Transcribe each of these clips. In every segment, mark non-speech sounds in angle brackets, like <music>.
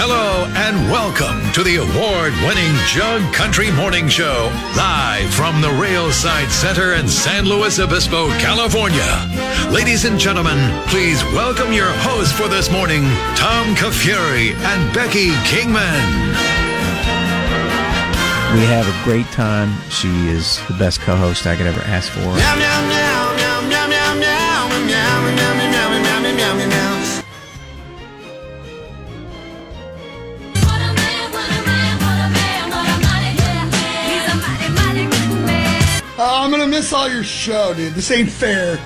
Hello and welcome to the award winning Jug Country Morning Show, live from the Railside Center in San Luis Obispo, California. Ladies and gentlemen, please welcome your hosts for this morning, Tom Kafuri and Becky Kingman. We have a great time. She is the best co-host I could ever ask for. What a man, what a man, what a man, what a mighty good man. He's a mighty, mighty good man. Oh, I'm gonna miss all your show, dude. This ain't fair.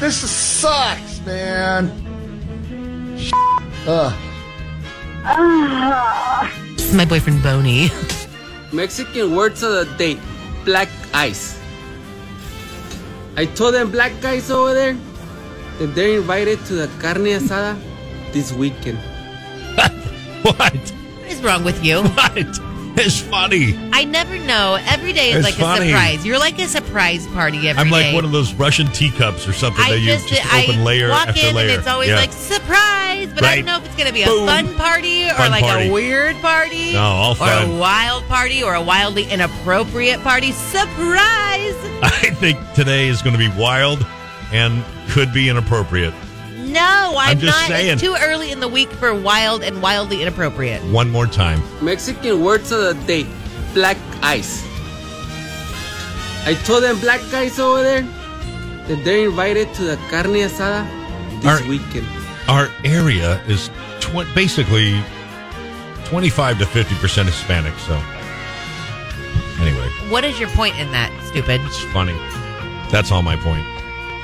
This sucks, man. Ugh. my boyfriend Boney. Mexican words of the day. Black ice. I told them black guys over there that they're invited to the carne asada this weekend. What? What is wrong with <laughs> you? What? It's funny. I never know. Every day is It's like funny. a surprise. You're like a surprise party every day. I'm like one of those Russian teacups or something I that you just, just, open I layer walk after in layer. and it's always Yeah. <laughs> like surprise, but I Right. don't know if it's going to be a Boom. fun party or Fun like party. a weird party, No, all or fun. a wild party or a wildly inappropriate party. Surprise! I think today is going to be wild and could be inappropriate. No, I'm, I'm just not. saying. It's too early in the week for wild and wildly inappropriate. One more time. Mexican words of the day. Black ice. I told them black guys over there that they're invited to the carne asada this Are- weekend. Our area is tw- basically 25 to 50 percent Hispanic. So anyway, What is your point in that, stupid? it's funny. That's all my point.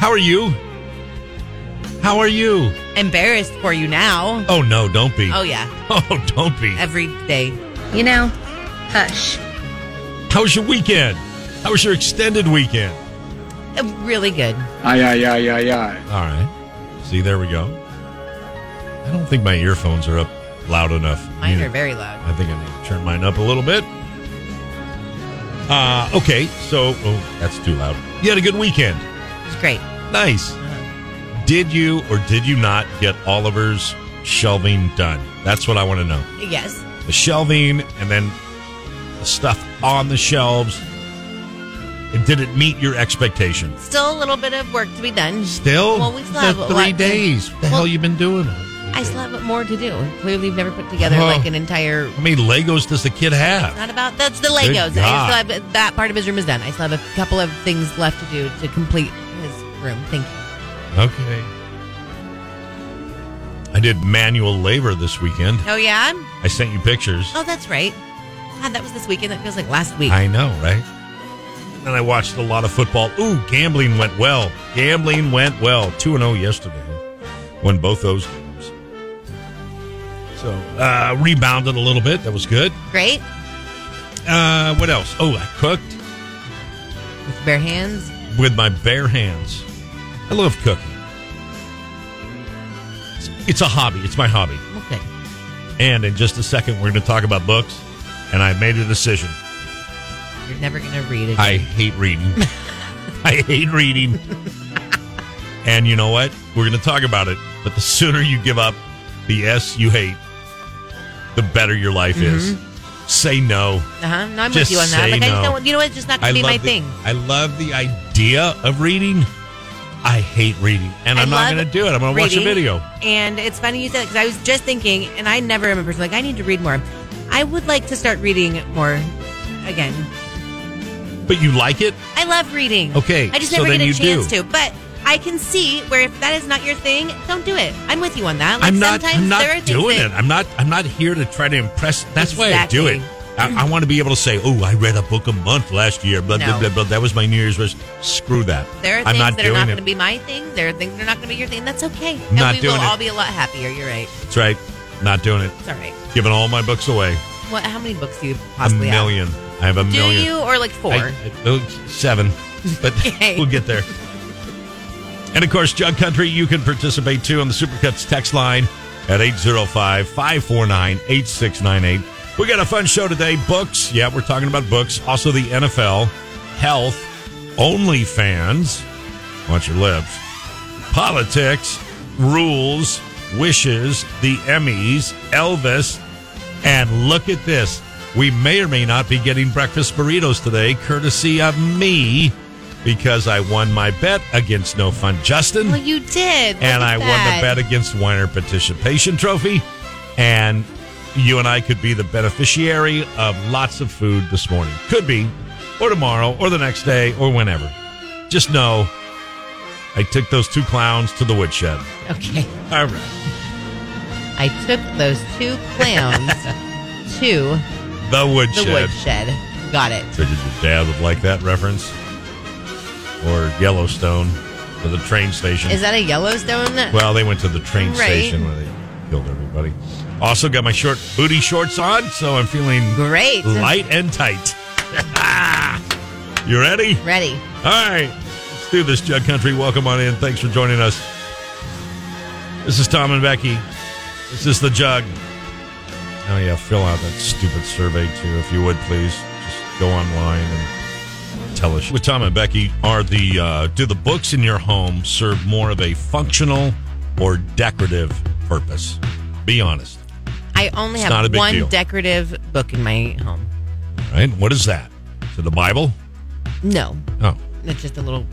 How are you? How are you? Embarrassed for you now. Oh no, don't be. Oh yeah, <laughs> Oh, don't be. every day. You know, hush. How was your weekend? How was your extended weekend? Uh, Really good. Aye, aye, aye, aye, aye. All right. See, there we go. I don't think my earphones are up loud enough. Mine either. are very loud. I think I need to turn mine up a little bit. Uh, okay, so oh, that's too loud. You had a good weekend. It's great. Nice. Uh-huh. Did you or did you not get Oliver's shelving done? That's what I want to know. Yes. The shelving and then the stuff on the shelves. And did it meet your expectations? Still a little bit of work to be done. Still, Well, we still It's have been a three lot to- days. What the Well- hell you been doing? I still have more to do. Clearly, you've never put together Oh. like an entire. How many Legos does the kid have? Not about that's the Legos. I God. still have, that part of his room is done. I still have a couple of things left to do to complete his room. Thank you. okay. I did manual labor this weekend. Oh yeah. I sent you pictures. Oh, that's right. God, that was this weekend. That feels like last week. I know, right? And I watched a lot of football. Ooh, gambling went well. Gambling went well. 2 0 yesterday. Won both those games. So, uh, rebounded a little bit. That was good. Great Uh, what else? Oh, I cooked. with bare hands. with my bare hands. I love cooking. It's- It's a hobby. It's my hobby. Well, good. And in just a second, we're going to talk about books. And I made a decision. You're never gonna read it. I hate reading. <laughs> I hate reading. <laughs> and you know what? We're going to talk about it. But the sooner you give up the S you hate, the better your life Mm-hmm. is. Say no. Uh huh. No, I'm Just with you on that. say Like I just no. don't. want- You know what? It's just not gonna be love my the, thing. I love the idea of reading. I hate reading, and I I'm not love going to do it. I'm going to watch a reading. video. And it's funny you said because I was just thinking, and I never am a person like I need to read more. I would like to start reading more again. But you like it? I love reading. Okay, I just so never then get a you chance do. to. But I can see where if that is not your thing, don't do it. I'm with you on that. Like I'm not. sometimes I'm there are not things doing that- it. I'm not. I'm not here to try to impress. That's why I do it. I, I want to be able to say, "Oh, I read a book a month last year." Blah blah No. blah blah. That was my New Year's wish. Screw that. There are I'm things not that are not doing going to it. be my thing. There are things that are not going to be your thing. and That's okay. and Not we doing will it. all be a lot happier. You're right. That's right. Not doing it. It's all right. Giving all my books away. What? How many books do you A possibly have? million. I have a Do million. you or like four? I- I- oh, seven. But <laughs> Okay. we'll get there. And of course, Jug Country, you can participate too on the Supercuts text line at 805 549 8698. We got a fun show today. Books. Yeah, we're talking about books. Also, the NFL, health, OnlyFans. Watch your lips. Politics, rules, wishes, the Emmys, Elvis, and look at this. We may or may not be getting breakfast burritos today, courtesy of me, because I won my bet against No Fun Justin. Well, you did. Look at and I won the that. bet against Weiner Participation Trophy. And you and I could be the beneficiary of lots of food this morning. Could be, or tomorrow, or the next day, or whenever. Just know I took those two clowns to the woodshed. Okay. All right. I took those two <laughs> clowns to The the woodshed. woodshed. Got it. Figured your dad would like that reference. Or Yellowstone, or the train station. Is that a Yellowstone? Well, they went to the train Right. station where they killed everybody. Also, got my short booty shorts on, so I'm feeling Great. light and tight. <laughs> you ready? Ready. All right, let's do this, Jug Country. Welcome on in. Thanks for joining us. This is Tom and Becky. This is the Jug. Oh yeah, fill out that stupid survey too, if you would please. Just go online and tell us. With Tom and Becky, are the uh, do the books in your home serve more of a functional or decorative purpose? Be honest. I only It's not a have big one deal. decorative book in my home. All Right? What is that? Is it the Bible? No, Oh, it's just a little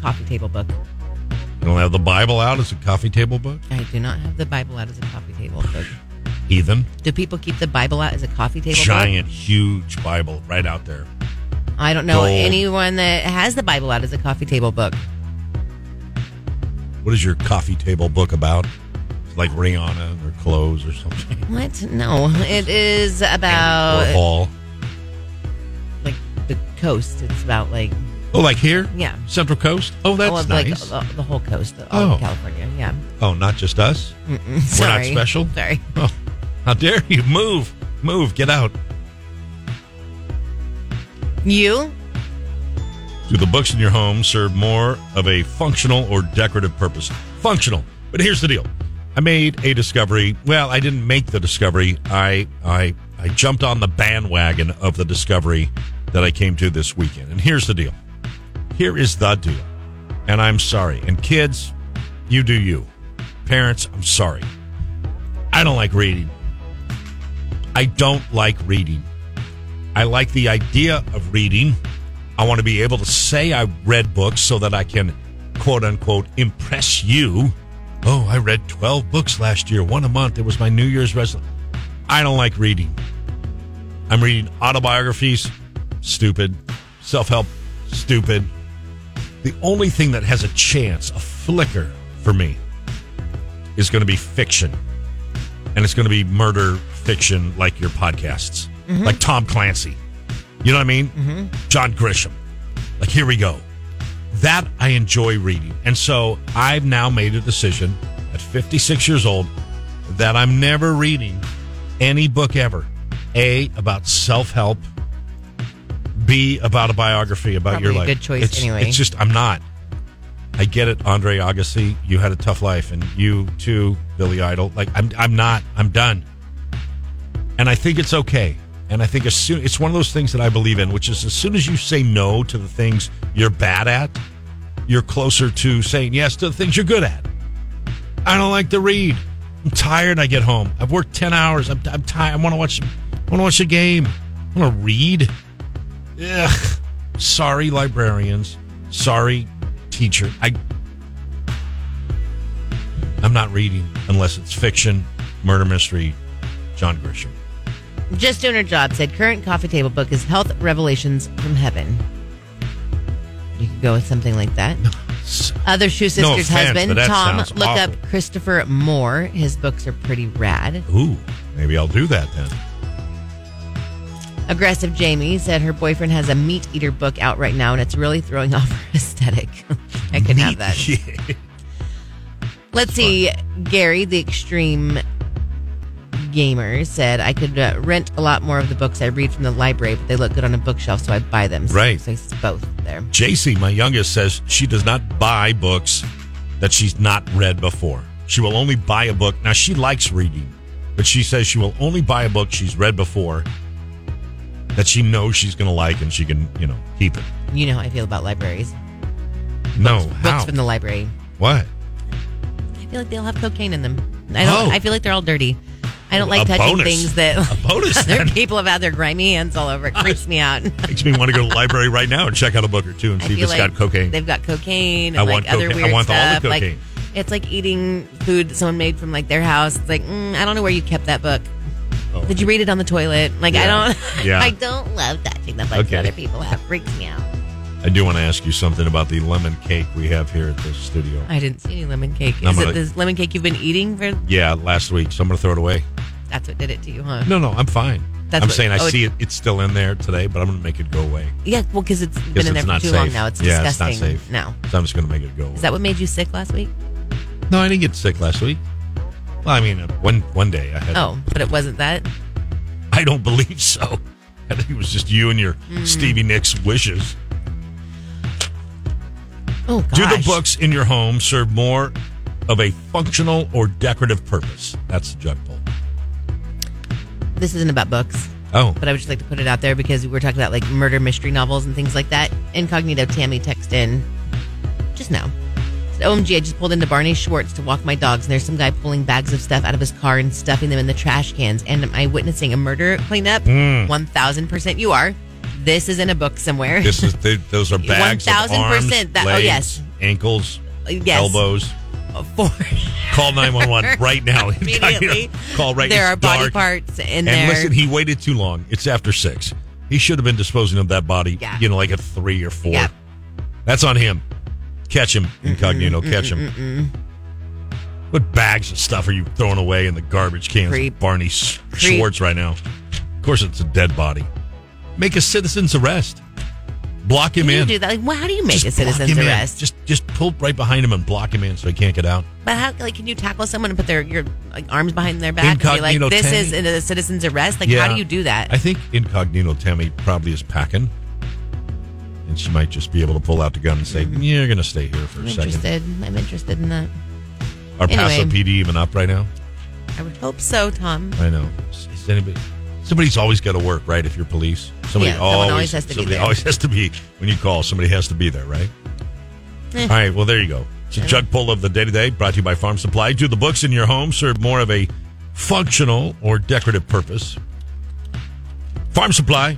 coffee table book. you don't have the Bible out as a coffee table book, I do not have the Bible out as a coffee table book. heathen. Do people keep the Bible out as a coffee table book? giant, huge Bible right out there. I don't know Gold. anyone that has the Bible out as a coffee table book. What is your coffee table book about? It's like Rihanna or clothes or something. What? No, it is or about Hall. like the coast. It's about like Oh, like here? Yeah. Central Coast? Oh, that's all of nice. like uh, the, the whole coast, all Oh. of California. Yeah. oh, not just us? Mm-mm, We're sorry. not special? Sorry. Oh, how dare you? Move. Move. Get out. You? Do the books in your home serve more of a functional or decorative purpose? Functional. But here's the deal. I made a discovery. Well, I didn't make the discovery. I I I jumped on the bandwagon of the discovery that I came to this weekend. And here's the deal. Here is the deal. And I'm sorry. And kids, you do you. Parents, I'm sorry. I don't like reading. I don't like reading. I like the idea of reading. I want to be able to say I read books so that I can, quote unquote, impress you. Oh, I read 12 books last year, one a month. It was my New Year's resolution. I don't like reading. I'm reading autobiographies, stupid. Self help, stupid. The only thing that has a chance, a flicker for me, is going to be fiction. And it's going to be murder fiction like your podcasts, like Tom Clancy. You know what I mean? Mm-hmm. John Grisham. Like, here we go. That I enjoy reading. And so I've now made a decision at 56 years old that I'm never reading any book ever. A, about self help. B, about a biography about your life. Probably a good choice It's- anyway. It's just, I'm not. I get it, Andre Agassi. You had a tough life, and you too, Billy Idol. Like, I'm, I'm not. I'm done and I think it's okay. And I think as soon it's one of those things that I believe in, which is as soon as you say no to the things you're bad at, you're closer to saying yes to the things you're good at. I don't like to read. I'm tired. I get home. I've worked ten hours. I'm, I'm tired. I want to watch. I want to watch a game. I want to read. Ugh. Sorry, librarians. Sorry, teacher. I. I'm not reading unless it's fiction, murder mystery, John Grisham. Just doing her job said current coffee table book is Health Revelations from Heaven. You could go with something like that. Other Shoe Sisters No offense, but husband, that Tom, sounds look up awful. Christopher Moore. His books are pretty rad. Ooh, maybe I'll do that then. Aggressive Jamie said her boyfriend has a meat eater book out right now and it's really throwing <laughs> off her aesthetic. I could have that. <laughs> Yeah. Let's see. Gary, the extreme gamer, said I could uh, rent a lot more of the books I read from the library, but they look good on a bookshelf, so I buy them. So, Right. So it's both there. JC, my youngest, says she does not buy books. that she's not read before. She will only buy a book. Now, she likes reading, but she says she will only buy a book she's read before that she knows she's going to like and she can, you know, keep it. You know how I feel about libraries. No, Books Oh, how? from the library. what? I feel like they all have cocaine in them. I don't. Oh. I feel like they're all dirty. I don't like A touching bonus. things <laughs> that A bonus, other then. people have had their grimy hands all over. It creeps me out. Makes me want to go to the library right now and check out a book or two and I see if feel it's like got cocaine. They've got cocaine and I like want other cocaine. I weird want all the stuff. like cocaine. it's like eating food that someone made from like their house. It's like mm, I don't know where you kept that book. Oh. Did you read it on the toilet? Like I Yeah. don't. <laughs> Yeah. I don't love touching the books Okay. that other people have. Freaks me out. I do want to ask you something about the lemon cake we have here at the studio. I didn't see any lemon cake. I'm Is gonna- it this lemon cake you've been eating for? yeah, last week. So I'm going to throw it away. That's what did it to you, huh? No, no, I'm fine. That's I'm what- saying I oh, it- see it. It's still in there today, but I'm going to make it go away. Yeah, well, because it's been Because in there it's for not too safe. long now. It's Yeah, it's not disgusting. safe. No. So I'm just going to make it go away. Is that what made you sick last week? no, I didn't get sick last week. Well, I mean, uh, one one day I had. Oh, but it wasn't that. I don't believe so. I think it was just you and your Hmm. Stevie Nicks wishes. Oh gosh. Do the books in your home serve more of a functional or decorative purpose? That's the jug poll. This isn't about books, <laughs> Oh, but I would just like to put it out there because we were talking about like murder mystery novels and things like that. Incognito Tammy texted in just now. Said, OMG, I just pulled into Barney Schwartz to walk my dogs, and there's some guy pulling bags of stuff out of his car and stuffing them in the trash cans. And am I witnessing a murder cleanup? Hmm. 1000% you are. This is in a book somewhere. this is th- those are bags of arms, 1000% that- oh, legs, yes. ankles, yes. elbows. <laughs> For- <laughs> Call 911 right now. Immediately. Call right there it's are body dark. parts in And there. listen, he waited too long. It's after six. He should have been disposing of that body, Yeah. you know, like at three or four. Yeah. That's on him. Catch him, incognito. catch him. What bags of stuff are you throwing away in the garbage cans? of Creep. Barney S- Schwartz right now. Of course, it's a dead body. Make a citizen's arrest. Block him Can you in. do that? Like, well, how do you make Just a block citizen's him in. arrest? Just just pull right behind him and block him in so he can't get out. but how, like, can you tackle someone and put their your like, arms behind their back and be Incognito like, "This is tank. a citizen's arrest"? Like, Yeah. how do you do that? I think incognito Tammy probably is packing. And she might just be able to pull out the gun and say, You're going to stay here for I'm a second. Mm-hmm. interested. I'm interested in that. Are Paso Anyway. PD even up right now? I would hope so, Tom. I know. Is is anybody. Somebody's always got to work, right? If you're police, somebody Yeah, someone always, always has to be somebody there. always has to be when you call. Somebody has to be there, right? Eh. All right. Well, there you go. It's a jug pull of the day today, brought to you by Farm Supply. Do the books in your home serve more of a functional or decorative purpose? Farm Supply.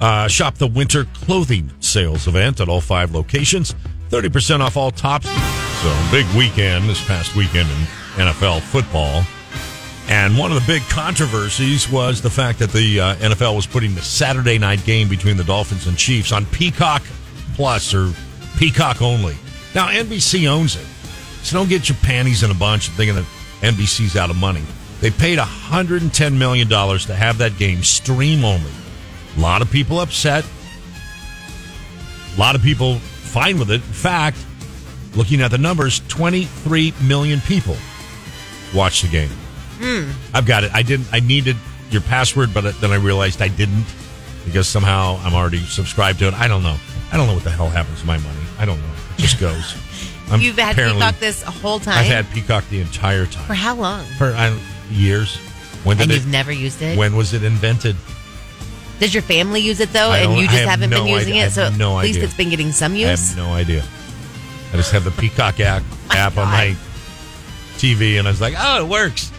Uh, shop the winter clothing sales event at all five locations. 30% off all tops. So, big weekend this past weekend in NFL football. And one of the big controversies was the fact that the uh, NFL was putting the Saturday night game between the Dolphins and Chiefs on Peacock Plus or Peacock only. Now, NBC owns it. So don't get your panties in a bunch and thinking that NBC's out of money. They paid $110 million to have that game stream only. A lot of people upset. A lot of people fine with it. In fact, looking at the numbers, 23 million people watched the game. Hmm. I've got it. I didn't. I needed your password, but then I realized I didn't because somehow I'm already subscribed to it. I don't know. I don't know what the hell happens to my money. I don't know. It <laughs> just goes. I'm You've had apparently- Peacock this whole time. I've had Peacock the entire time for how long? for I, years. When did And it? you've never used it. when was it invented? Does your family use it though, I and don't- you I just have haven't been no using idea. I it? So have no at least idea. it's been getting some I use. have no idea. I just have the Peacock app, app on my TV, and I was like, "Oh, it works."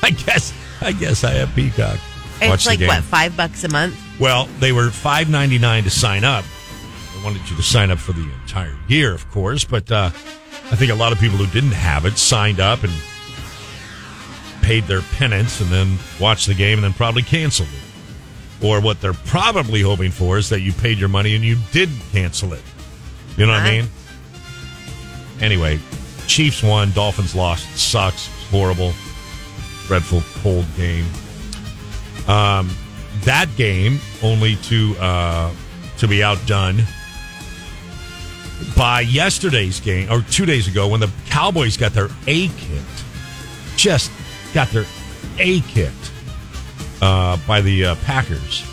<laughs> I guess. I guess I have Peacock. Watch it's the like game. what five bucks a month. Well, they were five ninety nine to sign up. They wanted you to sign up for the entire year, of course, but uh, I think a lot of people who didn't have it signed up and paid their penance and then watched the game and then probably canceled it. Or what they're probably hoping for is that you paid your money and you did cancel it. You know what I Right. mean? Anyway, Chiefs won, Dolphins lost. It sucks. It's horrible. Dreadful cold game Um, that game only to uh, to be outdone by yesterday's game or two days ago when the Cowboys got their a kicked, just got their a kicked uh, by the uh, Packers,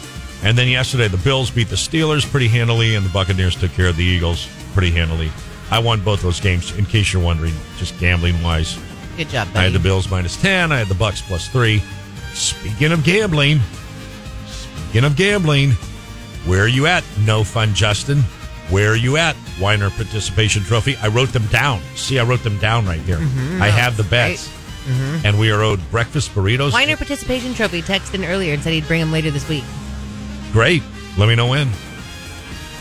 and then yesterday the Bills beat the Steelers pretty handily, and the Buccaneers took care of the Eagles pretty handily. I won both those games. In case you're wondering, just gambling wise, Good job, buddy. I had the Bills minus ten. I had the Bucks plus three. Speaking of gambling, speaking of gambling, where are you at? No fun, Justin. Where are you at? Weiner participation trophy. I wrote them down. See, I wrote them down right here. Mm-hmm. I have the bets, and we are owed breakfast burritos. Weiner participation trophy texted in earlier and said he'd bring him later this week. Great. Let me know when.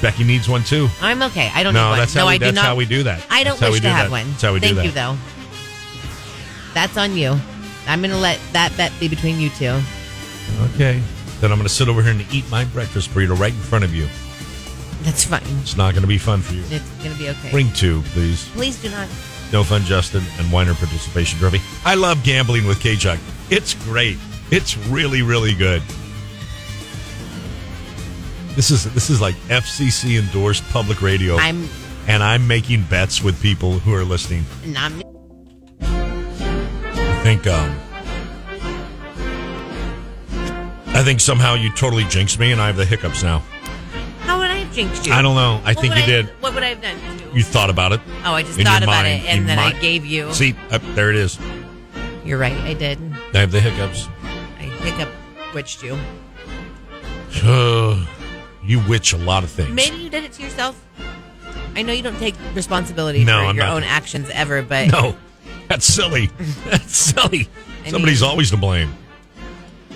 Becky needs one too. I'm okay. I don't No, need one. that's how no, we- I do that's not. how we do that. I don't That's how wish we to do have that. one. That's how we do Thank that. you, though. That's on you. I'm going to let that bet be between you two. Okay. Then I'm going to sit over here and eat my breakfast burrito right in front of you. That's fine. It's not going to be fun for you. It's going to be okay. Bring two, please. Please do not. No Fun Justin and Weiner Participation Trophy. I love gambling with K Chuck. It's great. It's really, really good. This is this is like FCC endorsed public radio, I'm and I'm making bets with people who are listening. not. I think um, I think somehow you totally jinxed me, and I have the hiccups now. How would I have jinxed you? I don't know. I What think you would did. What would I have done? to you? You thought about it. Oh, I just in your thought about mind. it, and You then mi- I gave you. See, up there it is. You're right. I did. I have the hiccups. I hiccup witched you. Uh, you witch a lot of things. Maybe you did it to yourself. I know you don't take responsibility No, for I'm your not. own actions ever, but No, that's silly. <laughs> That's silly. I Somebody's mean- always to blame.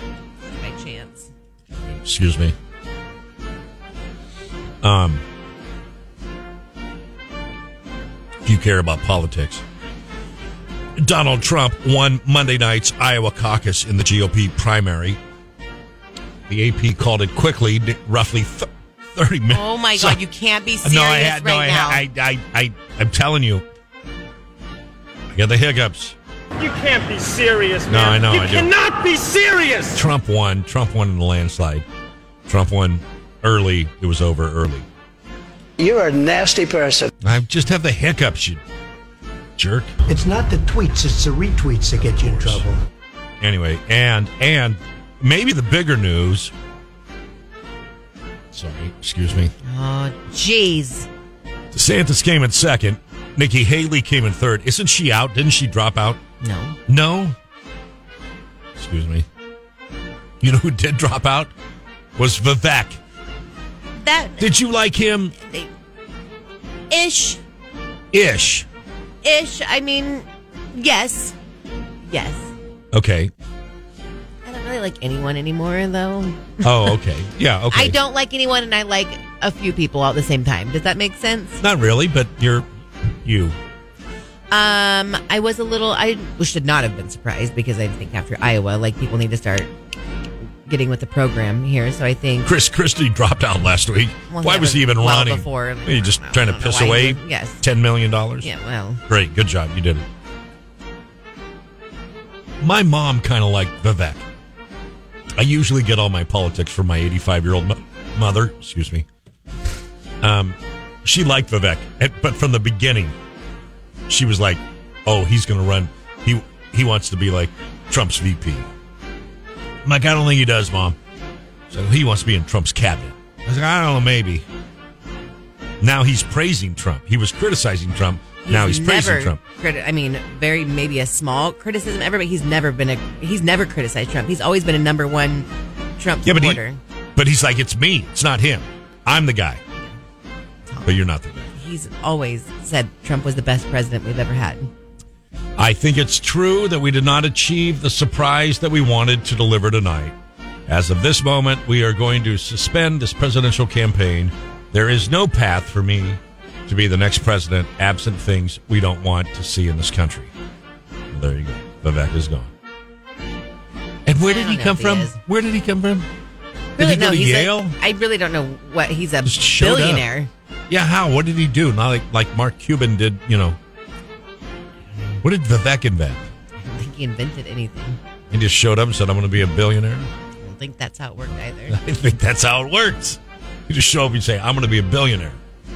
by chance. Excuse me. Um, if you care about politics, Donald Trump won Monday night's Iowa caucus in the GOP primary. The AP called it quickly, roughly th- thirty minutes. Oh my So- god, you can't be serious no, I had, right no, I, now. had- I, I, I, I'm telling you, I got the hiccups. You can't be serious, No, I know, I do. be serious. Trump won. Trump won in the landslide. Trump won early. It was over early. You're a nasty person. I just have the hiccups, you jerk. It's not the tweets, it's the retweets that get you in trouble. Anyway, and and maybe the bigger news. Sorry, excuse me. oh jeez. DeSantis came in second. Nikki Haley came in third. Isn't she out? Didn't she drop out? No. No. Excuse me. You know who did drop out? Was Vivek. That Did you like him? ish Ish. ish. I mean, yes. Yes. Okay. I don't really like anyone anymore though. Oh, okay. Yeah, okay. I don't like anyone and I like a few people all at the same time. Does that make sense? Not really, but you're you. Um, I was a little. I should not have been surprised because I think after Iowa, like people need to start getting with the program here. So I think Chris Christie dropped out last week. Well, why that was he was even well running? before. Are you just I don't trying to know piss why he away would- yes. ten million dollars? Yeah, well, Great, good job. You did it. My mom kind of liked Vivek. I usually get all my politics from my 85 year old mo- mother. Excuse me. Um, she liked Vivek, and- but from the beginning, she was like, "Oh, he's going to run. He he wants to be like Trump's VP." I'm like, "I don't think he does, mom." So he wants to be in Trump's cabinet. I was like, "I don't know, maybe." Now he's praising Trump. He was criticizing Trump. now he's praising never Trump. Criti- I mean, very maybe a small criticism ever, but he's never been a. He's never criticized Trump. He's always been a number one Trump Yeah, but supporter. he, but he's like, it's me. It's not him. I'm the guy. But you're not the guy. he's always said Trump was the best president we've ever had. I think it's true that we did not achieve the surprise that we wanted to deliver tonight. As of this moment, we are going to suspend this presidential campaign. There is no path for me to be the next president absent things we don't want to see in this country. There you go. Vivek is gone. And where I did don't he know come if he from? is. Where did he come from? Did Really, he go no, to he's a- Yale? I really don't know what he's a Just showed up. billionaire. Yeah, how? What did he do? Not like like Mark Cuban did, you know. What did Vivek invent? I don't think he invented anything. He just showed up and said, "I'm going to be a billionaire." <laughs> I don't think that's how it worked either. I think that's how it works. You just show up and say, "I'm going to be a billionaire." All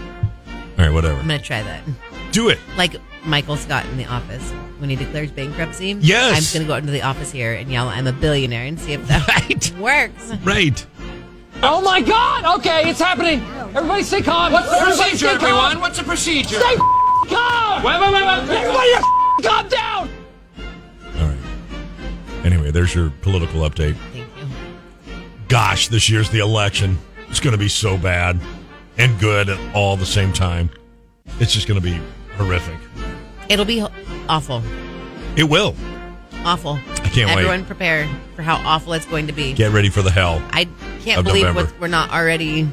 right, I'm whatever. gonna try that. Do it. like Michael Scott in The Office when he declares bankruptcy. Yes. I'm just going to go out into the office here and yell, I'm a billionaire, and see if that <laughs> works. Right. Oh my God! Okay, it's happening. Everybody, stay calm. What's the procedure, everyone? What's the procedure? Stay up! Wait, wait, wait, wait. Everybody, f- calm down! All right. Anyway, there's your political update. Thank you. Gosh, this year's the election. It's going to be so bad and good at all the same time. It's just going to be horrific. It'll be awful. It will. Awful. I can't wait. Everyone prepare for how awful it's going to be. Get ready for the hell. I Of can't believe November. what, we're not already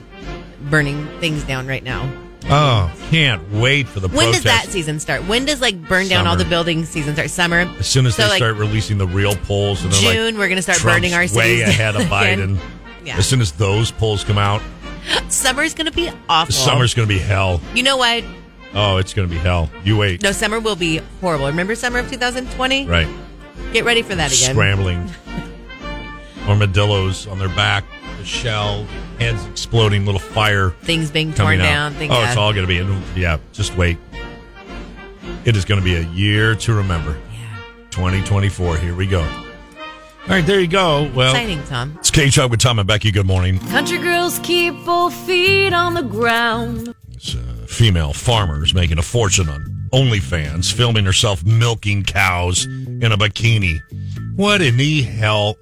burning things down right now. Oh, can't wait for the When protest. does that season start? When does like burn down all Summer. the buildings season start? Summer. As soon as So, they like, start releasing the real polls, and they're like, June, we're gonna start Trump's burning our way cities ahead <laughs> of again. Biden. Yeah. As soon as those polls come out, Summer's going to be awful. summer's going to be hell. You know what? Oh, it's going to be hell. You wait. No, summer will be horrible. Remember summer of 2020? Right. Get ready for that again. <laughs> Scrambling. Armadillos on their back, the shell, heads exploding, little fire Things being torn coming down. out. Things, oh, it's all going to be. Yeah, just wait. It is going to be a year to remember. Yeah. 2024. Here we go. All right, there you go. Well, Exciting, Tom. it's K Chubb with Tom and Becky. Good morning. Country girls keep both feet on the ground. It's, uh, female farmers making a fortune on OnlyFans, filming herself milking cows in a bikini. What in the hell?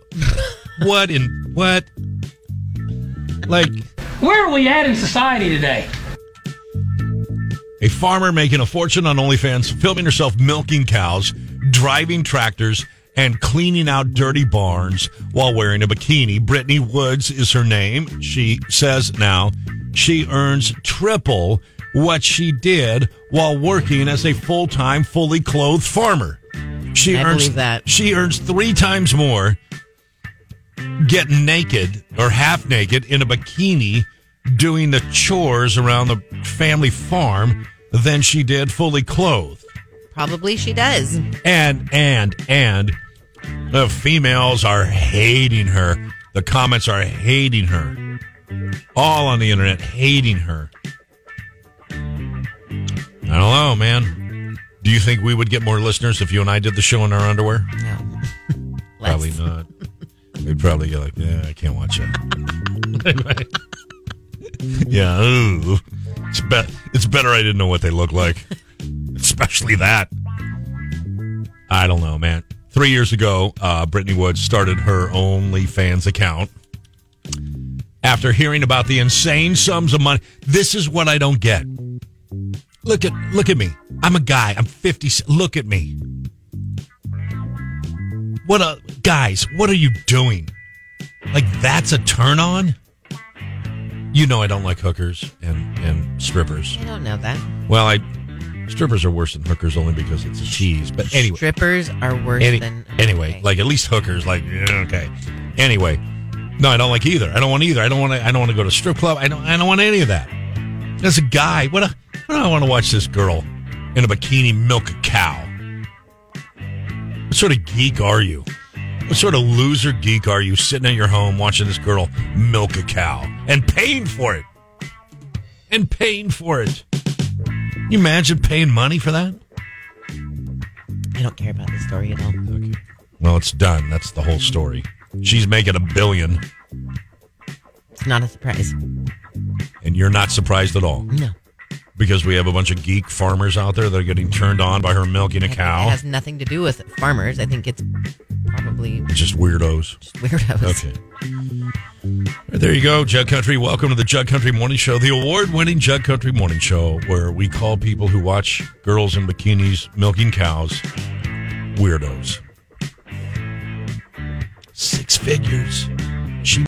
what in what? Like Where are we at in society today? a farmer making a fortune on OnlyFans, filming herself milking cows, driving tractors, and cleaning out dirty barns while wearing a bikini. Brittany Woods is her name. She says now she earns triple what she did while working as a full time, fully clothed farmer. She I earns believe that. she earns three times more getting naked or half naked in a bikini doing the chores around the family farm than she did fully clothed. Probably she does. And and and the females are hating her. The comments are hating her. All on the internet hating her. I don't know, man. Do you think we would get more listeners if you and I did the show in our underwear? No. Less. Probably not. They'd probably go like, yeah, I can't watch that. yeah, ooh. It's, be- it's better I didn't know what they look like. Especially that. I don't know, man. Three years ago, uh, Brittany Woods started her OnlyFans account. After hearing about the insane sums of money, this is what I don't get. Look at look at me. I'm a guy. I'm 50. Look at me. What a guys, what are you doing? Like that's a turn on? You know I don't like hookers and and strippers. I don't know that. Well, I strippers are worse than hookers only because it's a cheese. But anyway, Strippers are worse any- than. anyway, Okay. like at least hookers like yeah, okay. Anyway, no, I don't like either. I don't want either. I don't want to I don't want to go to strip club. I don't I don't want any of that. As a guy, what a, what do I want to watch this girl in a bikini milk a cow? What sort of geek are you? What sort of loser geek are you sitting at your home watching this girl milk a cow and paying for it? And paying for it. Can you imagine paying money for that? I don't care about this story at all. Well, it's done. That's the whole story. She's making a billion, It's not a surprise. and you're not surprised at all No. because we have a bunch of geek farmers out there that are getting turned on by her milking a I think It cow. has nothing to do with farmers. I think it's probably It's just weirdos. just weirdos. Okay. There you go, Jug Country. Welcome to the Jug Country Morning Show, the award winning Jug Country Morning Show, where we call people who watch girls in bikinis milking cows weirdos. Six figures. She